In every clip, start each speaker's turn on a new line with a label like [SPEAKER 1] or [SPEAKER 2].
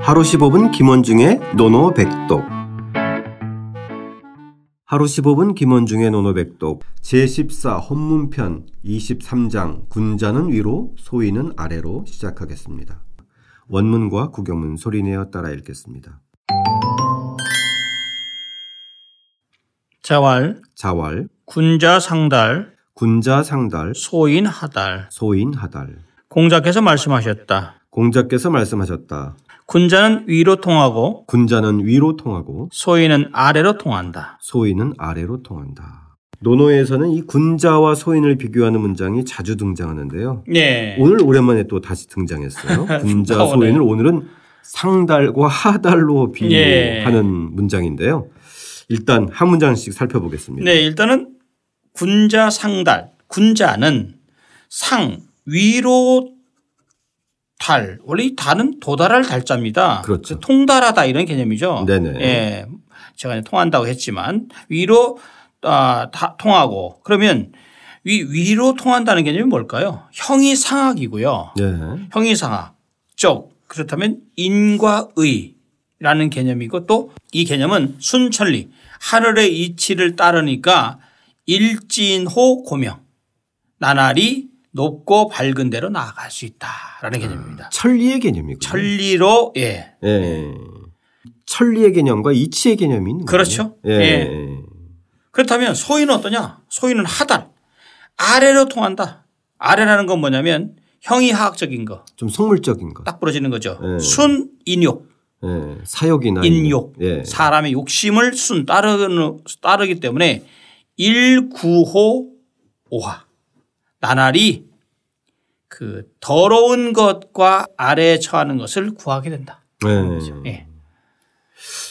[SPEAKER 1] 하루 15분 김원중의 노노백독 하루 15분 김원중의 노노백독 제14 헌문편 23장 군자는 위로 소인은 아래로 시작하겠습니다. 원문과 구경문 소리내어 따라 읽겠습니다.
[SPEAKER 2] 자왈,
[SPEAKER 1] 자왈
[SPEAKER 2] 군자 상달,
[SPEAKER 1] 군자 상달
[SPEAKER 2] 소인 하달.
[SPEAKER 1] 소인 하달
[SPEAKER 2] 공자께서 말씀하셨다.
[SPEAKER 1] 공자께서 말씀하셨다.
[SPEAKER 2] 군자는 위로 통하고
[SPEAKER 1] 군자는 위로 통하고
[SPEAKER 2] 소인은 아래로 통한다.
[SPEAKER 1] 소인은 아래로 통한다. 노노에서는 이 군자와 소인을 비교하는 문장이 자주 등장하는데요.
[SPEAKER 2] 네.
[SPEAKER 1] 오늘 오랜만에 또 다시 등장했어요. 군자
[SPEAKER 2] 나오네.
[SPEAKER 1] 소인을 오늘은 상달과 하달로 비교하는
[SPEAKER 2] 예.
[SPEAKER 1] 문장인데요. 일단 한 문장씩 살펴보겠습니다.
[SPEAKER 2] 네, 일단은 군자 상달, 군자는 상, 위로 달. 원래 이 달은 도달할 달자입니다.
[SPEAKER 1] 그렇죠.
[SPEAKER 2] 통달하다 이런 개념이죠.
[SPEAKER 1] 네네.
[SPEAKER 2] 예. 제가 이제 통한다고 했지만 위로 아, 다 통하고 그러면 위, 위로 통한다는 개념이 뭘까요? 형이 상학이고요.
[SPEAKER 1] 네.
[SPEAKER 2] 형이 상학. 적. 그렇다면 인과 의라는 개념이고 또 이 개념은 순천리 하늘의 이치를 따르니까 일진호 고명 나날이 높고 밝은 데로 나아갈 수 있다라는 개념입니다.
[SPEAKER 1] 음. 천리의 개념이고요.
[SPEAKER 2] 천리로 예
[SPEAKER 1] 예. 천리의 개념과 이치의 개념이 있는 거죠.
[SPEAKER 2] 그렇죠.
[SPEAKER 1] 예.
[SPEAKER 2] 예. 그렇다면 소인은 어떠냐? 소인은 하달 아래로 통한다. 아래라는 건 뭐냐면 형이 하학적인 거 딱
[SPEAKER 1] 좀 속물적인 것.
[SPEAKER 2] 부러지는 거죠.
[SPEAKER 1] 네.
[SPEAKER 2] 순인욕
[SPEAKER 1] 예. 사욕이나
[SPEAKER 2] 인욕
[SPEAKER 1] 예.
[SPEAKER 2] 사람의 욕심을 순 따르는 따르기 때문에 일구호 오화 나날이 그 더러운 것과 아래에 처하는 것을 구하게 된다.
[SPEAKER 1] 예.
[SPEAKER 2] 예.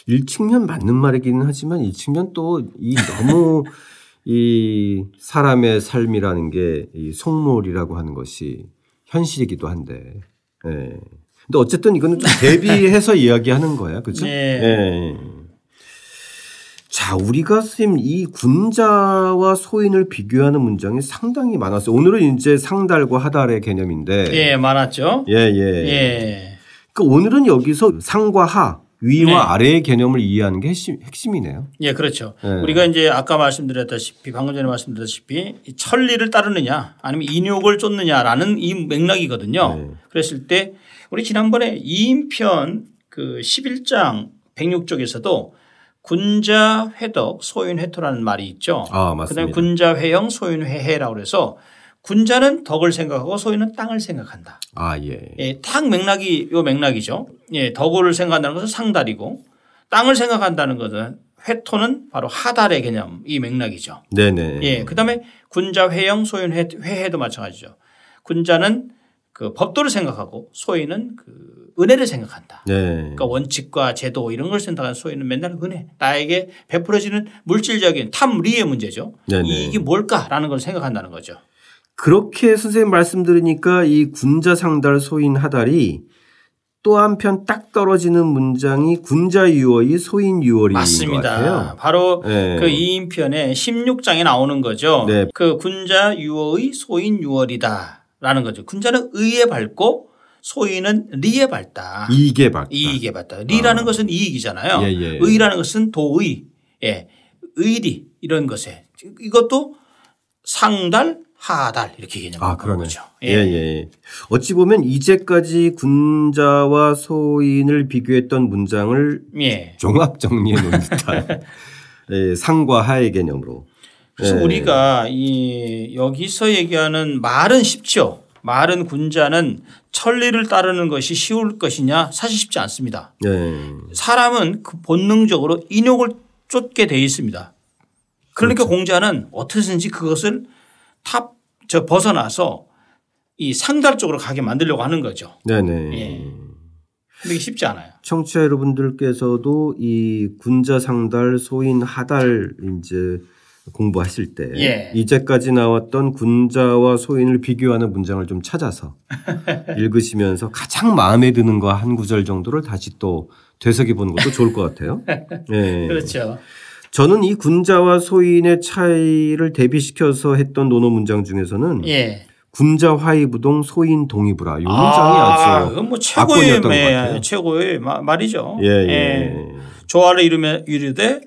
[SPEAKER 1] 일측면 맞는 말이기는 하지만 일측면 또 이 너무 이 사람의 삶이라는 게 이 속물이라고 하는 것이 현실이기도 한데. 예. 근데 어쨌든 이거는 좀 대비해서 이야기하는 거야. 그죠?
[SPEAKER 2] 예.
[SPEAKER 1] 예. 자, 우리가 선생님 이 군자와 소인을 비교하는 문장이 상당히 많았어요. 오늘은 이제 상달과 하달의 개념인데.
[SPEAKER 2] 예, 많았죠.
[SPEAKER 1] 예, 예.
[SPEAKER 2] 예.
[SPEAKER 1] 그러니까 오늘은 여기서 상과 하, 위와
[SPEAKER 2] 네.
[SPEAKER 1] 아래의 개념을 이해하는 게 핵심, 핵심이네요.
[SPEAKER 2] 예, 그렇죠.
[SPEAKER 1] 예.
[SPEAKER 2] 우리가 이제 아까 말씀드렸다시피 방금 전에 말씀드렸다시피 이 천리를 따르느냐 아니면 인욕을 쫓느냐라는 이 맥락이거든요.
[SPEAKER 1] 네.
[SPEAKER 2] 그랬을 때 우리 지난번에 이인편 그 11장 106쪽에서도 군자 회덕 소윤 회토라는 말이 있죠.
[SPEAKER 1] 아,
[SPEAKER 2] 그다음에
[SPEAKER 1] 맞습니다.
[SPEAKER 2] 군자 회영 소윤 회해라고 그래서 군자는 덕을 생각하고 소윤은 땅을 생각한다.
[SPEAKER 1] 아, 예.
[SPEAKER 2] 예, 탁 맥락이 요 맥락이죠. 예, 덕을 생각한다는 것은 상달이고 땅을 생각한다는 것은 회토는 바로 하달의 개념 이 맥락이죠.
[SPEAKER 1] 네네.
[SPEAKER 2] 예, 그다음에 군자 회영 소인 회- 회해도 마찬가지죠. 군자는 그 법도를 생각하고 소인은 그 은혜를 생각한다.
[SPEAKER 1] 네.
[SPEAKER 2] 그러니까 원칙과 제도 이런 걸 생각하는 소인은 맨날 은혜 나에게 베풀어지는 물질적인 탐리의 문제죠.
[SPEAKER 1] 네네.
[SPEAKER 2] 이게 뭘까라는 걸 생각한다는 거죠.
[SPEAKER 1] 그렇게 선생님 말씀 들으니까 이 군자 상달 소인 하달이 또 한편 딱 떨어지는 문장이 군자 유월이 소인 유월인 것
[SPEAKER 2] 맞습니다.
[SPEAKER 1] 같아요.
[SPEAKER 2] 바로
[SPEAKER 1] 네.
[SPEAKER 2] 그 이인편의 16장에 나오는 거죠.
[SPEAKER 1] 네.
[SPEAKER 2] 그 군자 유어의 소인 유월이다라는 거죠. 군자는 의에 밝고 소인은 리에 밝다.
[SPEAKER 1] 이게 맞다.
[SPEAKER 2] 이익에 밝다. 리라는 것은 이익이잖아요.
[SPEAKER 1] 아. 예, 예.
[SPEAKER 2] 의라는 것은 도의, 예, 의리 이런 것에 이것도 상달 하달 이렇게 개념하는
[SPEAKER 1] 아, 그러네.
[SPEAKER 2] 거죠.
[SPEAKER 1] 예, 예. 예. 어찌 보면 이제까지 군자와 소인을 비교했던 문장을
[SPEAKER 2] 예.
[SPEAKER 1] 종합 정리해 놓은 듯한 예, 상과 하의 개념으로.
[SPEAKER 2] 그래서
[SPEAKER 1] 예.
[SPEAKER 2] 우리가 이 여기서 얘기하는 말은 쉽죠. 말은 군자는 천리를 따르는 것이 쉬울 것이냐 사실 쉽지 않습니다.
[SPEAKER 1] 예.
[SPEAKER 2] 사람은 그 본능적으로 인욕을 쫓게 돼 있습니다. 그러니까
[SPEAKER 1] 그렇죠.
[SPEAKER 2] 공자는 어떻게든지 그것을 탑 저 벗어나서 이 상달 쪽으로 가게 만들려고 하는 거죠.
[SPEAKER 1] 네네.
[SPEAKER 2] 예. 근데 이게 쉽지 않아요.
[SPEAKER 1] 청취자 여러분들께서도 이 군자 상달 소인 하달 이제 공부하실 때
[SPEAKER 2] 예.
[SPEAKER 1] 이제까지 나왔던 군자와 소인을 비교하는 문장을 좀 찾아서 읽으시면서 가장 마음에 드는 거 한 구절 정도를 다시 또 되새겨 보는 것도 좋을 것 같아요. 예.
[SPEAKER 2] 그렇죠.
[SPEAKER 1] 저는 이 군자와 소인의 차이를 대비시켜서 했던 논어 문장 중에서는
[SPEAKER 2] 예.
[SPEAKER 1] 군자 화이부동 소인 동이부라. 음. 이 문장이
[SPEAKER 2] 아,
[SPEAKER 1] 아주
[SPEAKER 2] 이건 뭐 최고의
[SPEAKER 1] 악권이었던 것
[SPEAKER 2] 예,
[SPEAKER 1] 같아요.
[SPEAKER 2] 최고의 마- 말이죠.
[SPEAKER 1] 예, 예.
[SPEAKER 2] 조화를 이루며 이루되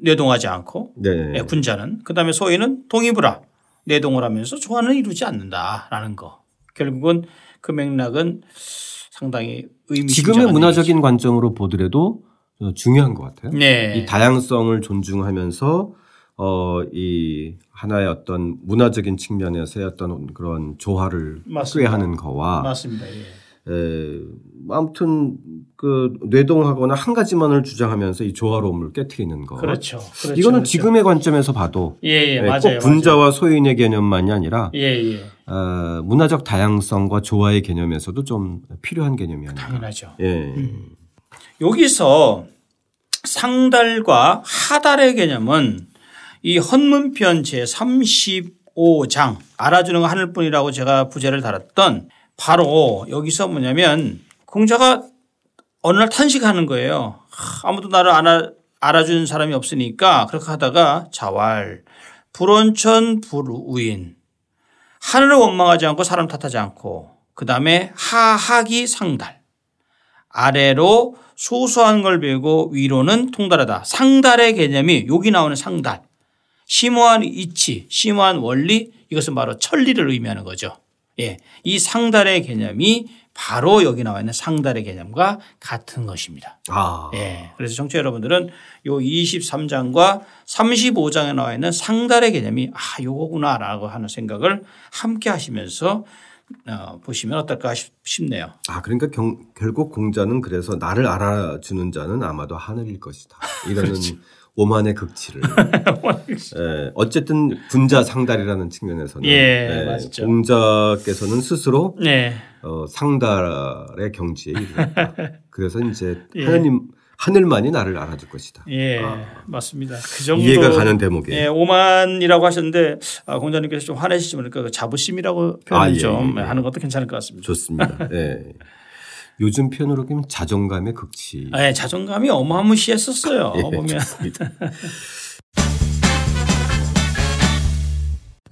[SPEAKER 2] 내동하지 않고
[SPEAKER 1] 네.
[SPEAKER 2] 예, 군자는 그다음에 소인은 동이부라 내동을 하면서 조화는 이루지 않는다라는 거. 결국은 그 맥락은 상당히 의미.
[SPEAKER 1] 지금의 문화적인 관점으로 보더라도 어, 중요한 것 같아요.
[SPEAKER 2] 네.
[SPEAKER 1] 이 다양성을 존중하면서 어, 이 하나의 어떤 문화적인 측면에서의 어떤 그런 조화를
[SPEAKER 2] 맞습니다.
[SPEAKER 1] 꾀하는 거와
[SPEAKER 2] 맞습니다. 예.
[SPEAKER 1] 에, 아무튼 그 뇌동하거나 한 가지만을 주장하면서 이 조화로움을 깨트리는 거.
[SPEAKER 2] 그렇죠. 그렇죠.
[SPEAKER 1] 어? 이거는
[SPEAKER 2] 그렇죠.
[SPEAKER 1] 지금의 관점에서 봐도
[SPEAKER 2] 예, 예,
[SPEAKER 1] 네,
[SPEAKER 2] 맞아요.
[SPEAKER 1] 꼭 분자와 소인의 개념만이 아니라
[SPEAKER 2] 맞아요. 예, 예.
[SPEAKER 1] 어, 문화적 다양성과 조화의 개념에서도 좀 필요한 개념이 아닌가.
[SPEAKER 2] 당연하죠.
[SPEAKER 1] 예.
[SPEAKER 2] 음. 여기서 상달과 하달의 개념은 이 헌문편 제 35장 알아주는 건 하늘뿐이라고 제가 부제를 달았던 바로 여기서 뭐냐면 공자가 어느 날 탄식하는 거예요. 하, 아무도 나를 알아, 알아주는 사람이 없으니까 그렇게 하다가 자활 불온천 불우인 하늘을 원망하지 않고 사람 탓하지 않고 그 다음에 하하기 상달 아래로 소소한 걸 배우고 위로는 통달하다. 상달의 개념이 여기 나오는 상달. 심오한 이치, 심오한 원리 이것은 바로 천리를 의미하는 거죠. 예. 이 상달의 개념이 바로 여기 나와 있는 상달의 개념과 같은 것입니다.
[SPEAKER 1] 아.
[SPEAKER 2] 예. 그래서 청취자 여러분들은 요 23장과 35장에 나와 있는 상달의 개념이 아, 요거구나라고 하는 생각을 함께 하시면서 어, 보시면 어떨까 싶- 싶네요.
[SPEAKER 1] 아, 그러니까 경- 결국 공자는 그래서 나를 알아주는 자는 아마도 하늘일 것이다. 이러는 오만의 극치를. 예, 어쨌든 분자 상달이라는 측면에서는
[SPEAKER 2] 예, 맞죠.
[SPEAKER 1] 공자께서는 스스로
[SPEAKER 2] 네.
[SPEAKER 1] 어, 상달의 경지에 이르렀다. 그래서 이제 하나님 하늘만이 나를 알아줄 것이다.
[SPEAKER 2] 예, 맞습니다. 그 정도
[SPEAKER 1] 이해가 가는 대목이에요.
[SPEAKER 2] 예, 오만이라고 하셨는데 아, 공자님께서 좀 화내시면 그러니까 그 자부심이라고 표현
[SPEAKER 1] 아,
[SPEAKER 2] 을
[SPEAKER 1] 예,
[SPEAKER 2] 좀
[SPEAKER 1] 예, 예.
[SPEAKER 2] 하는 것도 괜찮을 것 같습니다.
[SPEAKER 1] 좋습니다. 예. 요즘 표현으로 보면 자존감의 극치.
[SPEAKER 2] 예, 자존감이 어마무시했었어요.
[SPEAKER 1] 예,
[SPEAKER 2] 보면
[SPEAKER 1] 좋습니다.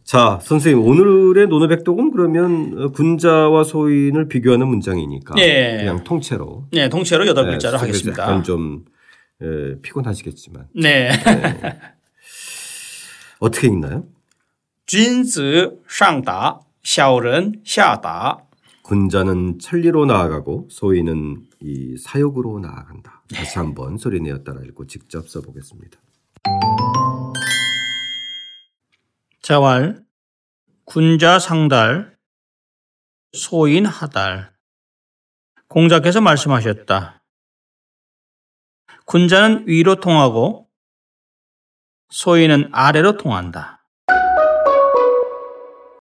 [SPEAKER 1] 자, 선생님 오늘의 노노백독은 그러면 어, 군자와 소인을 비교하는 문장이니까
[SPEAKER 2] 예.
[SPEAKER 1] 그냥 통째로
[SPEAKER 2] 네, 통째로 여덟
[SPEAKER 1] 예,
[SPEAKER 2] 글자로
[SPEAKER 1] 그래서
[SPEAKER 2] 하겠습니다.
[SPEAKER 1] 약간 좀 예, 피곤하시겠지만
[SPEAKER 2] 네,
[SPEAKER 1] 어떻게 읽나요?
[SPEAKER 2] 君子 상다, 小人下达.
[SPEAKER 1] 군자는 천리로 나아가고 소인은 이 사욕으로 나아간다.
[SPEAKER 2] 네.
[SPEAKER 1] 다시 한번 소리내어 따라 읽고 직접 써보겠습니다.
[SPEAKER 2] 자활, 군자 상달, 소인 하달. 공자께서 말씀하셨다. 군자는 위로 통하고 소인은 아래로 통한다.